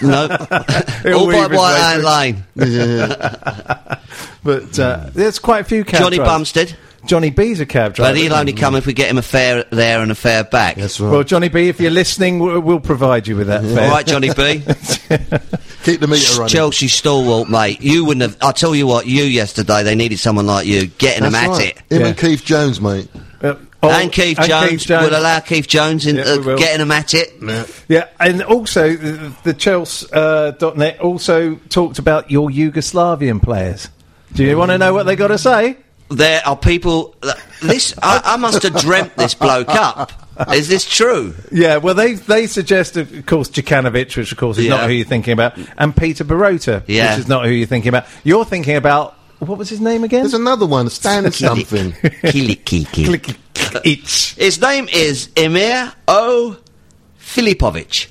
Speaker 2: no.
Speaker 4: [laughs] He'll
Speaker 2: All by
Speaker 4: weave his way
Speaker 2: White Hart
Speaker 4: through.
Speaker 2: Lane.
Speaker 4: But uh, there's quite a few cab
Speaker 2: Johnny
Speaker 4: drivers.
Speaker 2: Bumstead.
Speaker 4: Johnny B's a cab driver.
Speaker 2: But he'll only come if we get him a fare there and a fare back.
Speaker 3: That's right.
Speaker 4: Well, Johnny B, if you're listening, w- we'll provide you with that.
Speaker 2: All
Speaker 4: fare.
Speaker 2: right, Johnny
Speaker 4: [laughs]
Speaker 2: B.
Speaker 3: Keep the meter running.
Speaker 2: Chelsea stalwart, mate. You wouldn't have. I tell you what, you yesterday they needed someone like you getting
Speaker 3: That's
Speaker 2: them at
Speaker 3: right.
Speaker 2: it.
Speaker 3: Him
Speaker 4: Yeah.
Speaker 3: and Keith Jones, mate.
Speaker 4: Uh, Oh,
Speaker 2: and Keith
Speaker 4: and
Speaker 2: Jones,
Speaker 4: Keith Jones.
Speaker 2: will allow Keith Jones in
Speaker 4: Yeah, we
Speaker 2: uh,
Speaker 4: will.
Speaker 2: getting them at it.
Speaker 4: Yeah, and also the, the Chelsea uh, dot net also talked about your Yugoslavian players. Do you want to know what they got to say?
Speaker 2: There are people. uh, This I, I must have dreamt this bloke up. Is this
Speaker 4: [laughs]
Speaker 2: true?
Speaker 4: Yeah, well, they they suggest, of course, Djukanovic, which of course is
Speaker 2: Yeah.
Speaker 4: not who you're thinking about, and Peter Barota,
Speaker 2: Yeah.
Speaker 4: which is not who you're thinking about. You're thinking about what was his name again?
Speaker 3: There's another
Speaker 2: [laughs]
Speaker 3: one, Stan something.
Speaker 4: [laughs]
Speaker 2: Kilikiki.
Speaker 4: Click- It's
Speaker 2: His name is Emir O.
Speaker 4: [laughs]
Speaker 2: Filipovic.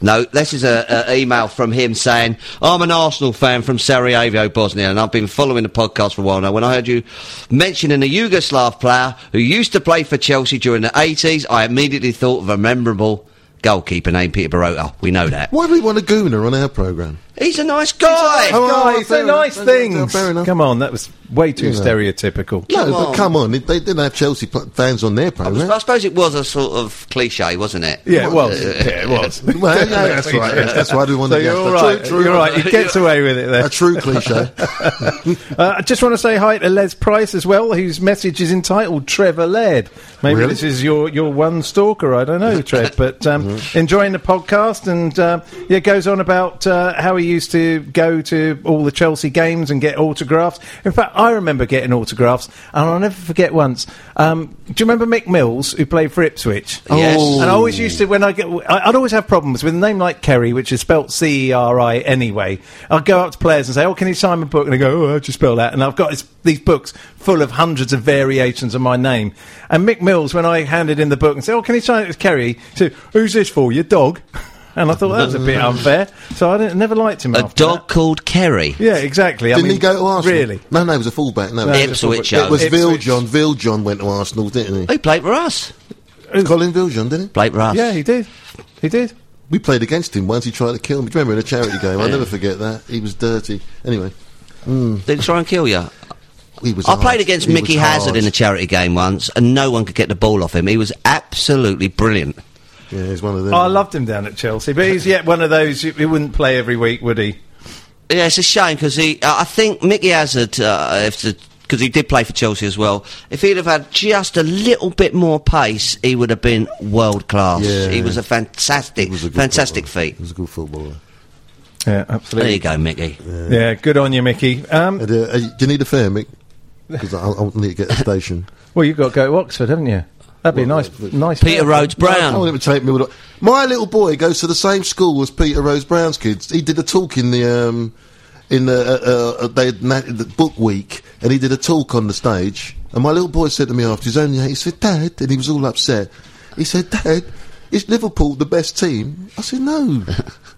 Speaker 2: No, this is a, a email from him saying, "I'm an Arsenal fan from Sarajevo, Bosnia, and I've been following the podcast for a while now. When I heard you mentioning a Yugoslav player who used to play for Chelsea during the 80s, I immediately thought of a memorable goalkeeper named Peter Barota. We know that
Speaker 3: Why do we want a gooner on our programme?
Speaker 2: he's a nice guy.
Speaker 3: Oh,
Speaker 4: guys,
Speaker 3: fair
Speaker 4: they're nice
Speaker 3: enough. Fair
Speaker 4: things.
Speaker 3: enough.
Speaker 4: Come on, that was way too
Speaker 3: You know.
Speaker 4: stereotypical.
Speaker 3: No,
Speaker 2: Come
Speaker 3: but
Speaker 2: on.
Speaker 3: come on, they they didn't have Chelsea pl- fans on their
Speaker 2: I
Speaker 3: programme.
Speaker 2: was- I suppose it was a sort of cliche, wasn't it?
Speaker 4: Yeah,
Speaker 2: [laughs]
Speaker 4: it was. Yeah, it was.
Speaker 3: Well, yeah, that's right. That's why we want
Speaker 4: So
Speaker 3: to get
Speaker 4: you're all right. you're all right. He gets away with it there.
Speaker 3: A true
Speaker 2: [laughs]
Speaker 3: cliche.
Speaker 4: Uh, I just want to say hi to Les Price as well, whose message is entitled Trevor Laird. Maybe
Speaker 3: Really?
Speaker 4: this is your, your one stalker. I don't know,
Speaker 3: [laughs]
Speaker 4: Trev, but um,
Speaker 3: Mm-hmm.
Speaker 4: enjoying the podcast and um, yeah, goes on about uh, how he used to go to all the Chelsea games and get autographs. In fact, I remember getting autographs, and I'll never forget once. Um, do you remember Mick Mills, who played for Ipswich?
Speaker 2: Yes.
Speaker 3: Oh.
Speaker 4: And I always used to when I get, I- I'd always have problems with a name like Kerry, which is spelt C E R I anyway. I'd go up to players and say, "Oh, can you sign my book?" And they go, "Oh, how do you spell that?" And I've got this, these books full of hundreds of variations of my name. And Mick Mills, when I handed in the book and said, "Oh, can you sign it as Kerry?" He said, "Who's this for? Your dog?" [laughs] And I thought that was a bit unfair, so I didn't, never liked him.
Speaker 2: A
Speaker 4: after
Speaker 2: dog
Speaker 4: that.
Speaker 2: called Kerry.
Speaker 4: Yeah, exactly.
Speaker 3: Didn't
Speaker 4: I mean,
Speaker 3: he go to Arsenal?
Speaker 4: Really?
Speaker 3: No, no, he was a fullback. No,
Speaker 4: No,
Speaker 3: it
Speaker 2: Ipswich.
Speaker 4: It
Speaker 3: was
Speaker 4: Ipswich.
Speaker 3: Viljon. Viljon went to Arsenal, didn't he?
Speaker 2: He played for us.
Speaker 3: Colin Viljon, didn't he?
Speaker 2: Played for us.
Speaker 4: Yeah, he did. He did.
Speaker 3: We played against him once. He tried to kill me. Do you remember in a charity game? I'll never forget that. He was dirty. Anyway,
Speaker 2: Did he try and kill you?
Speaker 3: he was.
Speaker 2: I
Speaker 3: hard.
Speaker 2: played against
Speaker 3: He
Speaker 2: Mickey
Speaker 3: was
Speaker 2: Hazard
Speaker 3: hard.
Speaker 2: in a charity game once, and no one could get the ball off him. He was absolutely brilliant.
Speaker 3: Yeah, he's one of them.
Speaker 4: Oh, I loved him down at Chelsea, but he's yet one of those who- who wouldn't play every week, would he?
Speaker 2: Yeah, it's a shame because he. Uh, I think Mickey Hazard, uh, if the because he did play for Chelsea as well. If he'd have had just a little bit more pace, he would have been world class.
Speaker 3: Yeah.
Speaker 2: He was a fantastic,
Speaker 3: He was a good
Speaker 2: fantastic
Speaker 3: footballer.
Speaker 2: feat.
Speaker 3: He was a good footballer.
Speaker 4: Yeah,
Speaker 2: There
Speaker 4: absolutely.
Speaker 2: you go, Mickey.
Speaker 4: Yeah, good on you, Mickey. Um,
Speaker 3: And, uh, uh, do you need a fare, Mick? Because I, I need to get a station.
Speaker 4: well, you've got to go to Oxford, haven't you? That'd be a nice, nice.
Speaker 2: Peter Rhodes Brown.
Speaker 3: No, I wouldn't take me. with a- My little boy goes to the same school as Peter Rose Brown's kids. He did a talk in the um, in the, uh, uh, they had na- the book week, and he did a talk on the stage. And my little boy said to me after he's only eight, he said, "Dad," and he was all upset. He said, "Dad." Is Liverpool the best team? I
Speaker 2: [laughs]
Speaker 3: said, no.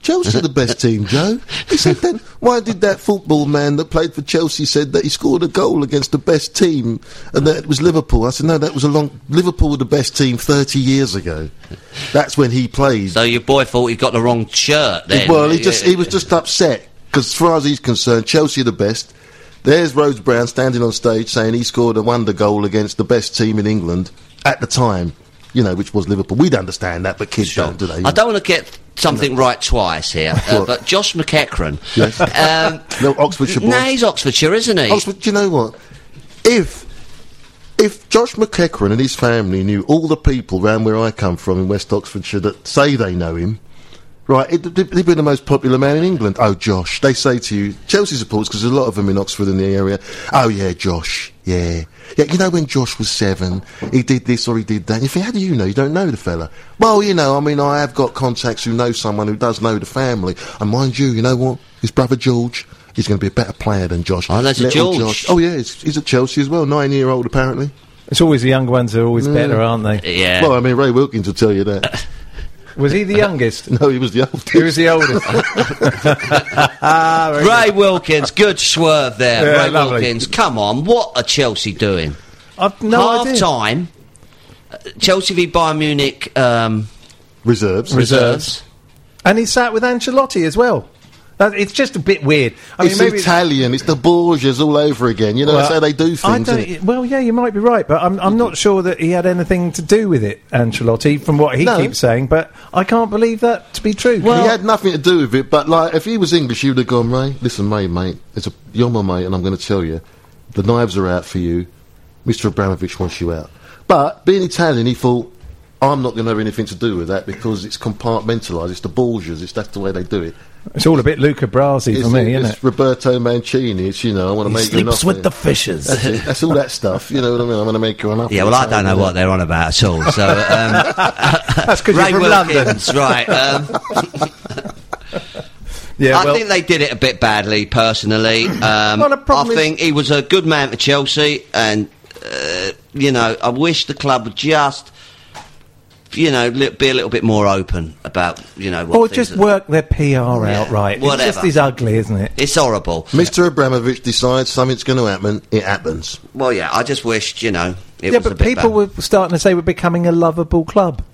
Speaker 3: Chelsea are the best team, Joe. He said, then why did that football man that played for Chelsea said that he scored a goal against the best team and that it was Liverpool? I said, no, that was a long... Liverpool were the best team 30 years ago. That's when he plays.
Speaker 2: So your boy thought he got the wrong shirt. Then.
Speaker 3: Well, he just he was just upset because, as far as he's concerned, Chelsea are the best. There's Rhodes Brown standing on stage saying he scored a wonder goal against the best team in England at the time, you know, which was Liverpool. We'd understand that, but kids don't, do they?
Speaker 2: I don't want to get something right twice here, uh, but Josh McEachran.
Speaker 3: Yes.
Speaker 4: [laughs]
Speaker 2: Um,
Speaker 3: No, Oxfordshire boy.
Speaker 2: No, he's Oxfordshire, isn't he?
Speaker 3: Oxford, do you know what? If if Josh McEachran and his family knew all the people round where I come from in West Oxfordshire that say they know him, right, it, it, he'd been the most popular man in England. Oh, Josh. They say to you, Chelsea supporters, because there's a lot of them in Oxford and the area, oh, yeah, Josh, yeah. Yeah, you know when Josh was seven, he did this or he did that. And you think, how do you know? You don't know the fella. Well, you know, I mean, I have got contacts who know someone who does know the family. And mind you, you know what? His brother George, he's going to be a better player than Josh.
Speaker 2: Oh, that's a
Speaker 3: Little
Speaker 2: George.
Speaker 3: Oh, yeah, he's, he's at Chelsea as well, nine year old apparently.
Speaker 4: It's always the young ones who are always better, aren't they?
Speaker 2: Mm. yeah.
Speaker 3: Well, I mean, Ray Wilkins will tell you that. [laughs]
Speaker 2: [laughs]
Speaker 4: Was he the youngest?
Speaker 3: no, he was the oldest.
Speaker 4: he was the oldest. Ah, very good.
Speaker 2: Ray Wilkins, good swerve there.
Speaker 4: Yeah,
Speaker 2: Ray
Speaker 4: lovely.
Speaker 2: Wilkins, come on, what are Chelsea doing?
Speaker 4: I've no
Speaker 2: Half
Speaker 4: idea.
Speaker 2: time, uh, Chelsea v Bayern Munich um,
Speaker 3: Reserves.
Speaker 2: reserves.
Speaker 4: And he sat with Ancelotti as well. That, it's just a bit weird. I
Speaker 3: it's
Speaker 4: mean, maybe
Speaker 3: Italian. It's the Borgias all over again. You know, that's how
Speaker 4: Well,
Speaker 3: they do
Speaker 4: I
Speaker 3: things.
Speaker 4: don't- e-
Speaker 3: innit?
Speaker 4: well, yeah, you might be right, but I'm, I'm not sure that he had anything to do with it, Ancelotti, from what he
Speaker 3: No.
Speaker 4: keeps saying. But I can't believe that to be true.
Speaker 3: he had nothing to do with it, but like, if he was English, you'd have gone, Ray, listen, mate, mate, it's a, you're my mate, and I'm going to tell you, the knives are out for you. Mr. Abramovich wants you out. But being Italian, he thought, I'm not going to have anything to do with that because it's compartmentalised. It's the Borgias. It's that's the way they do it.
Speaker 4: It's all a bit Luca Brasi
Speaker 3: It's,
Speaker 4: for me, isn't
Speaker 3: it's
Speaker 4: it?
Speaker 3: Roberto Mancini. It's you know, I want to make you an offer.
Speaker 5: fishes.
Speaker 3: That's, it. That's all that stuff. You know what I mean? I'm going to make you an offer.
Speaker 2: Yeah, well, I don't know what
Speaker 3: that.
Speaker 2: they're on about at all. So, um,
Speaker 4: That's because [laughs] you're
Speaker 2: Ray
Speaker 4: from London.
Speaker 2: Wilkins, right? Um,
Speaker 4: [laughs] Yeah,
Speaker 2: I
Speaker 4: well,
Speaker 2: think they did it a bit badly,
Speaker 4: [clears throat]
Speaker 2: personally. Um,
Speaker 4: Well, the
Speaker 2: I
Speaker 4: problem is-
Speaker 2: think he was a good man for Chelsea, and uh, you know, I wish the club would just, you know, li- be a little bit more open about, you know, what
Speaker 4: or
Speaker 2: things
Speaker 4: just
Speaker 2: are-
Speaker 4: work their PR out right. It's
Speaker 2: whatever.
Speaker 4: just as ugly, isn't it?
Speaker 2: It's horrible.
Speaker 3: Mr. Abramovich decides something's going to happen. It happens.
Speaker 2: Well, yeah, I just wished, you know, it
Speaker 4: yeah,
Speaker 2: was a
Speaker 4: but
Speaker 2: bit
Speaker 4: people
Speaker 2: bad.
Speaker 4: were starting to say we're becoming a lovable club.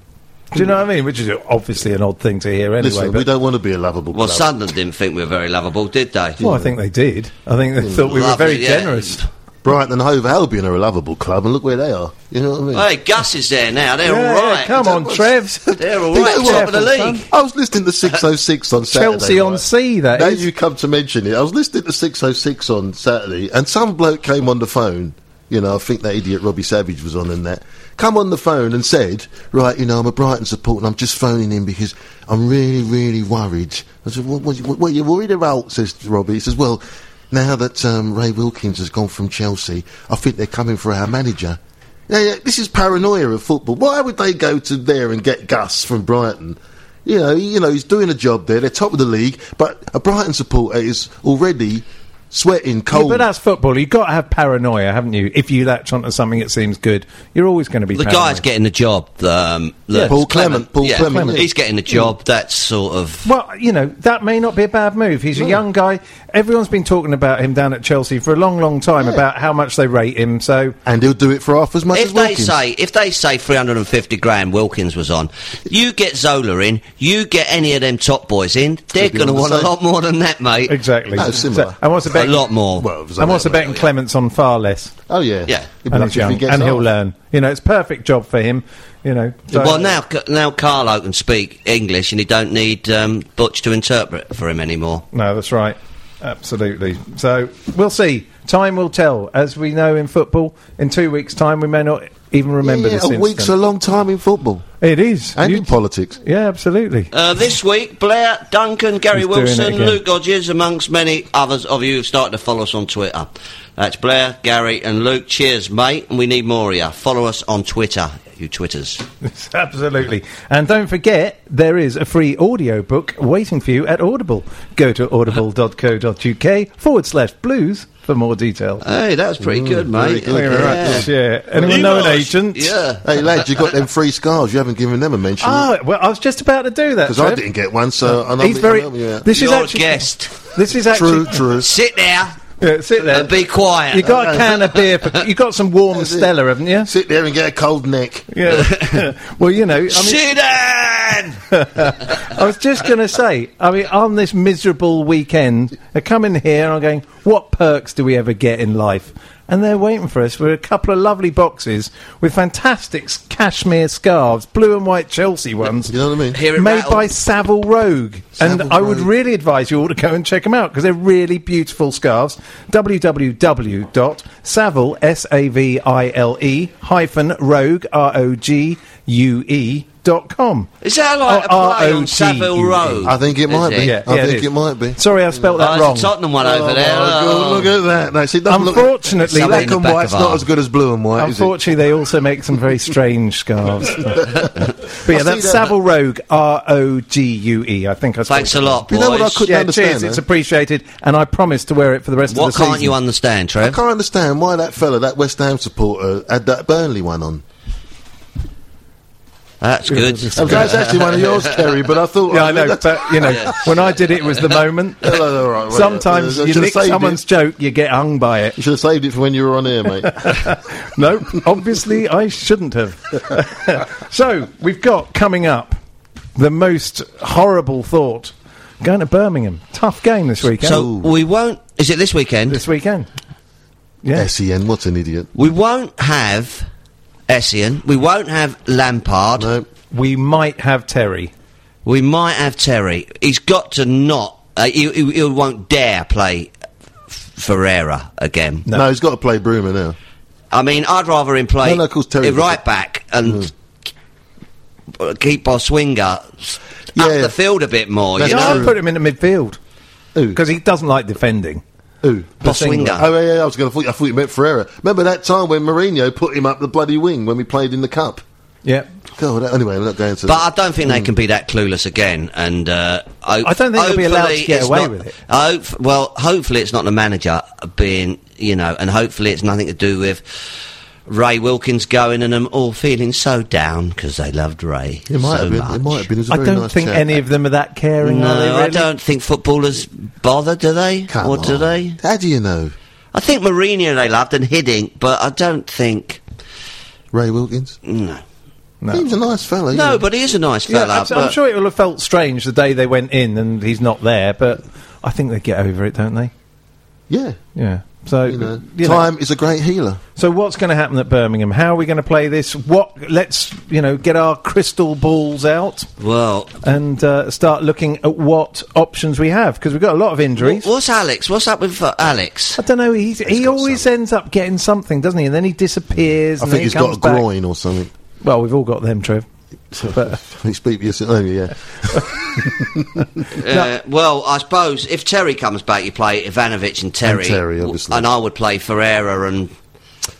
Speaker 4: Do you know what I mean? Which is obviously an odd thing to hear anyway.
Speaker 3: Listen,
Speaker 4: but
Speaker 3: we don't want to be a lovable
Speaker 2: Well,
Speaker 3: club.
Speaker 2: Sunderland didn't think we were very lovable, did they?
Speaker 4: well, I think they did. I think they thought we were
Speaker 2: Lovely,
Speaker 4: very
Speaker 2: yeah.
Speaker 4: generous.
Speaker 3: Brighton and Hove Albion are a lovable club, and look where they are. You know what I mean?
Speaker 2: Hey, Gus is there now. They're
Speaker 4: Yeah,
Speaker 2: all right.
Speaker 4: Come on, Trevs.
Speaker 2: [laughs] They're all
Speaker 3: You
Speaker 2: right.
Speaker 3: know
Speaker 2: Top
Speaker 3: what?
Speaker 2: of the
Speaker 4: Careful,
Speaker 2: league.
Speaker 4: son.
Speaker 3: I was listening to 606 on Saturday.
Speaker 4: Chelsea on
Speaker 3: right?
Speaker 4: sea, that
Speaker 3: Now
Speaker 4: is.
Speaker 3: you come to mention it, I was listening to 606 on Saturday, and some bloke came on the phone. You know, I think that idiot Robbie Savage was on and that. Come on the phone and said, Right, you know, I'm a Brighton supporter and I'm just phoning in because I'm really, really worried. I said, What, what, what, what are you worried about? says Robbie. He says, Well, now that um, Ray Wilkins has gone from Chelsea, I think they're coming for our manager. Yeah, yeah, this is paranoia of football. Why would they go to there and get Gus from Brighton? You know, you know, he's doing a job there. They're top of the league, but a Brighton supporter is already sweating
Speaker 4: Yeah,
Speaker 3: cold.
Speaker 4: but that's football. You've got to have paranoia, haven't you? If you latch onto something that seems good, you're always going to be
Speaker 2: The
Speaker 4: paranoid.
Speaker 2: guy's getting the job. Um, the-
Speaker 3: Paul Clement, Paul
Speaker 2: yeah,
Speaker 3: Clement, yeah.
Speaker 2: He's getting the job. That's sort of.
Speaker 4: Well, you know, that may not be a bad move. He's a young guy. Everyone's been talking about him down at Chelsea for a long, long time about how much they rate him. So,
Speaker 3: and he'll do it for half as much
Speaker 2: If
Speaker 3: as
Speaker 2: they
Speaker 3: Wilkins.
Speaker 2: say if they say 350 grand Wilkins was on, you get Zola in, you get any of them top boys in, they're
Speaker 3: be
Speaker 2: going to
Speaker 3: on the
Speaker 2: want a
Speaker 3: same.
Speaker 2: lot more than that, mate.
Speaker 4: exactly.
Speaker 3: No, similar.
Speaker 4: So, and what's the
Speaker 2: A
Speaker 4: bet?
Speaker 2: lot more.
Speaker 3: Well, it was
Speaker 4: And
Speaker 3: like
Speaker 4: what's the
Speaker 3: that,
Speaker 4: betting
Speaker 3: wasn't it?
Speaker 4: Clements on far less?
Speaker 3: Oh yeah,
Speaker 2: Yeah.
Speaker 3: He'd be
Speaker 4: and
Speaker 3: lucky if
Speaker 4: he's
Speaker 3: he
Speaker 4: young,
Speaker 3: gets
Speaker 4: and he'll uh,
Speaker 3: half.
Speaker 4: learn. You know, it's a perfect job for him. You know. so-
Speaker 2: well, now C- now Carlo can speak English and he don't need um, Butch to interpret for him anymore.
Speaker 4: No, that's right. Absolutely. So we'll see. Time will tell. As we know in football, in two weeks' time, we may not even remember
Speaker 3: yeah, yeah,
Speaker 4: this.
Speaker 3: a week's a
Speaker 4: incident.
Speaker 3: long time in football
Speaker 4: It is.
Speaker 3: and
Speaker 4: You-
Speaker 3: in politics.
Speaker 4: yeah, absolutely.
Speaker 2: Uh, this week, Blair, Duncan, Gary
Speaker 4: He's doing it
Speaker 2: Wilson,
Speaker 4: again.
Speaker 2: Luke Hodges, amongst many others of you who've started to follow us on Twitter. That's Blair, Gary, and Luke. Cheers, mate, and we need more of you. Follow us on Twitter, you Twitters.
Speaker 4: [laughs] absolutely. And don't forget, there is a free audio book waiting for you at Audible. Go to audible.co.uk forward slash blues for more details.
Speaker 3: Uh,
Speaker 2: Hey, that was pretty good, mate.
Speaker 3: very good.
Speaker 4: Yeah. Anyone know an agent?
Speaker 2: Yeah.
Speaker 3: Hey lad, you got them three scars. You haven't given them a mention
Speaker 4: Oh, well, I was just about to do that.
Speaker 3: because I
Speaker 4: Trev.
Speaker 3: didn't get one. So I know
Speaker 4: He's
Speaker 3: I
Speaker 4: very.
Speaker 3: know, yeah.
Speaker 4: This is
Speaker 2: You're a
Speaker 4: actually
Speaker 2: guest.
Speaker 4: This is actually
Speaker 3: true,
Speaker 4: [laughs]
Speaker 3: true.
Speaker 2: Sit there
Speaker 4: Yeah, sit there.
Speaker 2: and be quiet.
Speaker 4: You got a can of beer.
Speaker 3: [laughs]
Speaker 4: For, you got some warm
Speaker 3: That's it.
Speaker 4: Stella, haven't you?
Speaker 3: Sit there and get a cold neck.
Speaker 4: Yeah. [laughs] well,
Speaker 3: [laughs]
Speaker 4: you know, I mean,
Speaker 2: Sit down!
Speaker 4: I was just going to say. I mean, on this miserable weekend, I come in here and I'm going, "What perks do we ever get in life?" And they're waiting for us with a couple of lovely boxes with fantastic s- cashmere scarves, blue and white Chelsea ones.
Speaker 3: You know what I mean?
Speaker 2: Here it
Speaker 4: Made
Speaker 2: rattle.
Speaker 4: by Savile Rogue. and
Speaker 3: Savile
Speaker 4: I would
Speaker 3: Rogue.
Speaker 4: really advise you all to go and check them out because they're really beautiful scarves. www.savile, S-A-V-I-L-E, E hyphen rogue, R-O-G-U-E, E dot com.
Speaker 2: Is that like a
Speaker 4: Oh,
Speaker 2: play on
Speaker 4: R-O-G-U-E.
Speaker 2: Savile Row?
Speaker 3: I think it might
Speaker 2: Is
Speaker 3: be.
Speaker 4: Yeah,
Speaker 3: I
Speaker 4: yeah,
Speaker 3: think
Speaker 4: is.
Speaker 3: it might be.
Speaker 4: Sorry I spelled
Speaker 2: Oh,
Speaker 4: that wrong.
Speaker 2: it's a Tottenham one over
Speaker 3: Oh,
Speaker 2: there.
Speaker 3: my God,
Speaker 2: Oh.
Speaker 3: look at that. No, see, it doesn't look-
Speaker 4: Unfortunately,
Speaker 2: Something
Speaker 3: black
Speaker 2: in the
Speaker 3: and
Speaker 2: back
Speaker 3: white's
Speaker 2: of
Speaker 3: not
Speaker 2: our-
Speaker 3: as good as blue and white, is it?
Speaker 4: Unfortunately, they also make some very strange
Speaker 3: [laughs]
Speaker 4: scarves. but yeah,
Speaker 3: see
Speaker 4: that's
Speaker 3: that-
Speaker 4: Savile Rogue, R-O-G-U-E. E. I think I spelled
Speaker 2: Thanks a
Speaker 4: that.
Speaker 2: lot,
Speaker 3: You
Speaker 2: boys.
Speaker 3: know what I couldn't
Speaker 4: Yeah,
Speaker 3: understand,
Speaker 4: cheers.
Speaker 3: though?
Speaker 4: It's appreciated, and I promise to wear it for the rest
Speaker 2: What
Speaker 4: of the season.
Speaker 2: can't you understand,
Speaker 3: I
Speaker 2: Trev?
Speaker 3: can't understand why that fella, that West Ham supporter, had that Burnley one on.
Speaker 2: That's good.
Speaker 3: That was actually one of [laughs] yours, Kerry, but I thought...
Speaker 4: Yeah, I know. But
Speaker 2: [laughs]
Speaker 4: you know, when I did it, it was the moment.
Speaker 3: [laughs] Hello, all right, well,
Speaker 4: Sometimes
Speaker 3: uh,
Speaker 4: you
Speaker 3: should've
Speaker 4: nick
Speaker 3: saved
Speaker 4: someone's
Speaker 3: It.
Speaker 4: joke, you get hung by
Speaker 3: [laughs]
Speaker 4: it.
Speaker 3: You should have saved it for when you were on air, [laughs] mate.
Speaker 4: No, obviously I shouldn't have. [laughs] so we've got coming up the most horrible thought: going to Birmingham. Tough game this weekend.
Speaker 2: So we won't. Is it this weekend?
Speaker 4: this weekend, yeah,
Speaker 3: SEN, E what an idiot.
Speaker 2: We won't have Essien. We won't have Lampard.
Speaker 3: No,
Speaker 4: we might have Terry.
Speaker 2: We might have Terry. He's got to not. Uh, he, he, he won't dare play F- Ferreira again.
Speaker 3: no. he's got to play Bruma now.
Speaker 2: I mean, I'd rather him play
Speaker 3: No, no, of course, Terry
Speaker 2: a
Speaker 3: was
Speaker 2: right back and k- keep Boswinger
Speaker 3: Yeah.
Speaker 2: up the field a bit more.
Speaker 3: That's
Speaker 2: you
Speaker 4: No,
Speaker 2: know,
Speaker 4: I'd put him in the midfield
Speaker 3: Who?
Speaker 4: because he doesn't like defending.
Speaker 3: Who?
Speaker 2: Boswinger.
Speaker 3: Oh yeah, yeah, I was going to. I thought you meant Ferreira. Remember that time when Mourinho put him up the bloody wing when we played in the cup?
Speaker 4: Yeah.
Speaker 3: God, that- anyway, we're not going to.
Speaker 2: But I don't think they can be that clueless again. And uh, ho-
Speaker 4: I don't think they'll be allowed
Speaker 2: hopefully
Speaker 4: to get
Speaker 2: it's
Speaker 4: away
Speaker 2: not-
Speaker 4: with it.
Speaker 2: hope- well, hopefully it's not the manager being, you know, and hopefully it's nothing to do with Ray Wilkins going and them all feeling so down because they loved Ray
Speaker 3: it might
Speaker 2: so
Speaker 3: have been.
Speaker 2: much.
Speaker 3: It might have been. It was a
Speaker 4: I
Speaker 3: very
Speaker 4: don't
Speaker 3: nice
Speaker 4: think
Speaker 3: chap.
Speaker 4: any of them are that caring.
Speaker 2: No,
Speaker 4: are they,
Speaker 2: I
Speaker 4: really?
Speaker 2: don't think footballers bother, do they?
Speaker 3: Come
Speaker 2: or do
Speaker 3: on.
Speaker 2: they?
Speaker 3: How do you know,
Speaker 2: I think Mourinho they loved and Hiddink, but I don't think.
Speaker 3: Ray Wilkins?
Speaker 2: No.
Speaker 4: No.
Speaker 3: He was a nice fellow. you
Speaker 2: No,
Speaker 3: know.
Speaker 2: but he is a nice
Speaker 4: Yeah,
Speaker 2: fella.
Speaker 4: I'm, I'm
Speaker 2: but-
Speaker 4: sure it will have felt strange the day they went in and he's not there, but I think they get over it, don't they?
Speaker 3: yeah,
Speaker 4: Yeah. So
Speaker 2: [laughs]
Speaker 3: you know,
Speaker 4: you know.
Speaker 3: time is a great healer.
Speaker 4: So what's going to happen at Birmingham? How are we going to play this? What? Let's you know get our crystal balls out
Speaker 2: Well,
Speaker 4: and uh, start looking at what options we have because we've got a lot of injuries.
Speaker 2: what's Alex? What's up with uh, Alex?
Speaker 4: I don't know. He's, he
Speaker 2: got
Speaker 4: always
Speaker 2: some.
Speaker 4: ends up getting something, doesn't he? And then he disappears.
Speaker 3: I
Speaker 4: and
Speaker 3: think
Speaker 4: then
Speaker 3: he's
Speaker 4: he
Speaker 3: got
Speaker 4: comes
Speaker 3: a
Speaker 4: back.
Speaker 3: groin or something. [laughs]
Speaker 4: Well, we've all got them, Trev. But
Speaker 3: He speak yourself. Oh, yeah. [laughs]
Speaker 2: Uh, well, I suppose if Terry comes back, you play Ivanovic and Terry.
Speaker 3: And Terry,
Speaker 2: W-
Speaker 3: obviously.
Speaker 2: And I would play Ferreira, and,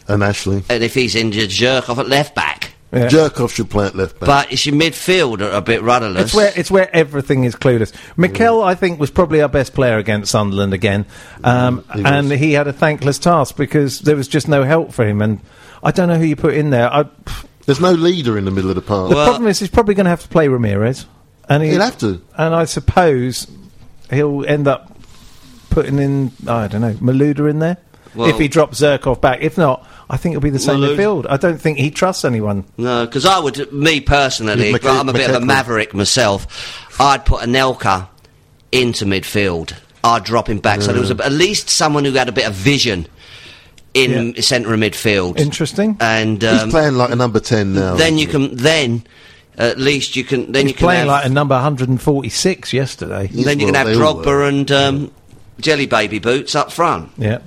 Speaker 3: And Ashley.
Speaker 2: and if he's injured, Zhirkov at left back.
Speaker 4: yeah.
Speaker 3: Jerkov should play at left back.
Speaker 2: But it's your midfield are a bit rudderless.
Speaker 4: It's where it's where everything is clueless. Mikel, I think, was probably our best player against Sunderland again, um,
Speaker 2: Mm,
Speaker 3: he was.
Speaker 4: and he had a thankless task because there was just no help for him. And I don't know who you put in there. I,
Speaker 3: There's no leader in the middle of the park.
Speaker 4: the
Speaker 2: Well-
Speaker 4: problem is he's probably going to have to play Ramirez, and he,
Speaker 3: He'll have to.
Speaker 4: And I suppose he'll end up putting in I don't know Maluda in there
Speaker 2: Well-
Speaker 4: if he drops Zirkov back. If not, I think it'll be the same
Speaker 2: Malouda-
Speaker 4: midfield. I don't think he trusts anyone.
Speaker 2: No, because I would, me personally,
Speaker 3: You'd
Speaker 2: but
Speaker 3: make it-
Speaker 2: I'm a bit of
Speaker 3: make
Speaker 2: a
Speaker 3: it-
Speaker 2: maverick myself. I'd put Anelka into midfield. I'd drop him back. So there was a, at least someone who had a bit of vision in centre of midfield.
Speaker 4: Interesting.
Speaker 2: And
Speaker 3: he's
Speaker 2: um,
Speaker 3: playing like a number 10 now.
Speaker 2: then you can then at least you can then
Speaker 4: He's
Speaker 2: you can
Speaker 4: playing
Speaker 2: have,
Speaker 4: like a number 146 yesterday.
Speaker 3: Yes,
Speaker 2: then you
Speaker 3: well,
Speaker 2: can have
Speaker 3: they all were.
Speaker 2: Drogba and um, Jelly Baby Boots up front.
Speaker 4: Yeah.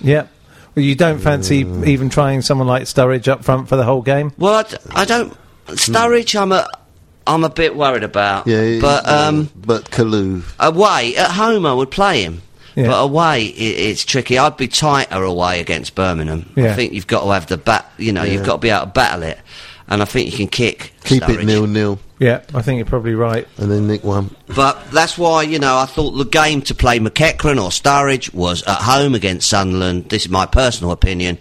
Speaker 4: Yeah. Well, you don't fancy even trying someone like Sturridge up front for the whole game?
Speaker 2: Well, I, d- I don't Sturridge. I'm a I'm a bit worried about.
Speaker 3: Hmm. Yeah, he's-
Speaker 2: but um,
Speaker 3: but Kalou.
Speaker 2: away at home I would play him.
Speaker 4: Yeah.
Speaker 2: But away, i it's tricky. I'd be tighter away against Birmingham. I
Speaker 4: Yeah.
Speaker 2: think you've got to have the bat. You know, you've
Speaker 3: Yeah.
Speaker 2: got to be able to battle it. And I think you can kick.
Speaker 3: Keep
Speaker 2: Sturridge.
Speaker 3: it nil nil,
Speaker 4: Yeah, I think you're probably right.
Speaker 3: and then nick one.
Speaker 2: But that's why, you know, I thought the game to play McEachran or Sturridge was at home against Sunderland. This is my personal opinion.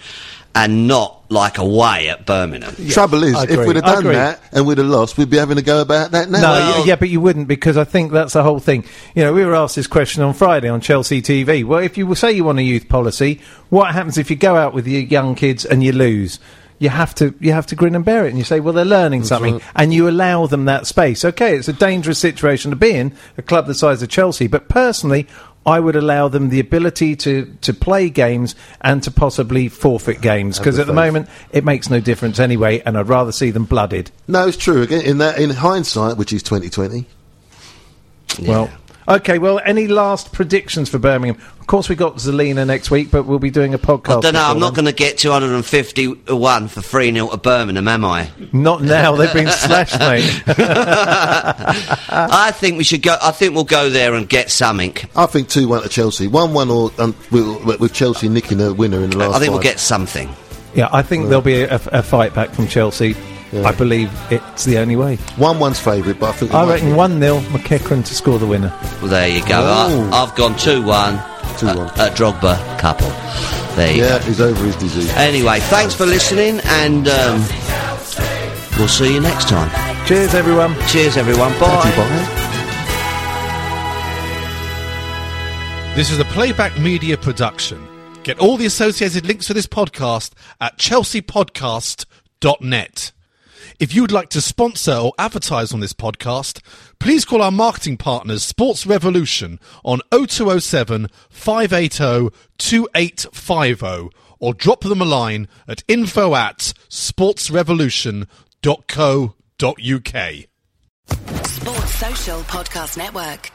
Speaker 2: And not like away at Birmingham.
Speaker 3: Trouble is,
Speaker 4: I
Speaker 3: if
Speaker 4: agree,
Speaker 3: we'd have
Speaker 4: I
Speaker 3: done
Speaker 4: agree.
Speaker 3: that and we'd have lost, we'd be having a go about that now.
Speaker 4: No,
Speaker 2: Well-
Speaker 4: y- yeah, but you wouldn't because I think that's the whole thing. You know, we were asked this question on Friday on Chelsea TV. Well, if you say you want a youth policy, what happens if you go out with your young kids and you lose? You have to you have to grin and bear it, and you say, well, they're learning something, and you allow them that space. Okay, it's a dangerous situation to be in, a club the size of Chelsea, but personally. I would allow them the ability to, to play games and to possibly forfeit games because
Speaker 3: the
Speaker 4: at the
Speaker 3: faith.
Speaker 4: moment it makes no difference anyway, and I'd rather see them blooded.
Speaker 3: No, it's true. Again, in that, in hindsight, which is twenty twenty,
Speaker 4: Well, okay. Well, any last predictions for Birmingham? Of course, we got Zelina next week, but we'll be doing a podcast.
Speaker 2: I don't know, I'm not
Speaker 4: before
Speaker 2: going to get 251 for 3 0 to Birmingham, am I?
Speaker 4: then. Not now.
Speaker 2: [laughs]
Speaker 4: They've been slashed, mate.
Speaker 2: I think we should go. I think we'll go there and get something.
Speaker 3: I think two one to Chelsea, one one or um, with, with Chelsea nicking a winner in the last.
Speaker 2: I think we'll
Speaker 3: five.
Speaker 2: get something.
Speaker 4: yeah, I think there'll be a, a fight back from Chelsea. I believe it's the only way.
Speaker 3: one one's favourite, but I think we
Speaker 4: I
Speaker 3: might
Speaker 4: reckon
Speaker 3: be-
Speaker 4: one 0 McEachran to score the winner.
Speaker 2: Well, there you go.
Speaker 3: Oh.
Speaker 2: I, I've gone 2 1.
Speaker 3: 2-1.
Speaker 2: A, a Drogba couple. There you
Speaker 3: Yeah,
Speaker 2: go.
Speaker 3: he's over his disease.
Speaker 2: Anyway, thanks for listening, and um, we'll see you next time.
Speaker 4: Cheers, everyone.
Speaker 2: Cheers, everyone. Bye.
Speaker 3: Bye.
Speaker 5: This is a Playback Media production. Get all the associated links for this podcast at chelseapodcast.net. If you would like to sponsor or advertise on this podcast, please call our marketing partners Sports Revolution on 0207 580 2850 or drop them a line at info at sportsrevolution.co.uk.
Speaker 6: Sports Social Podcast Network.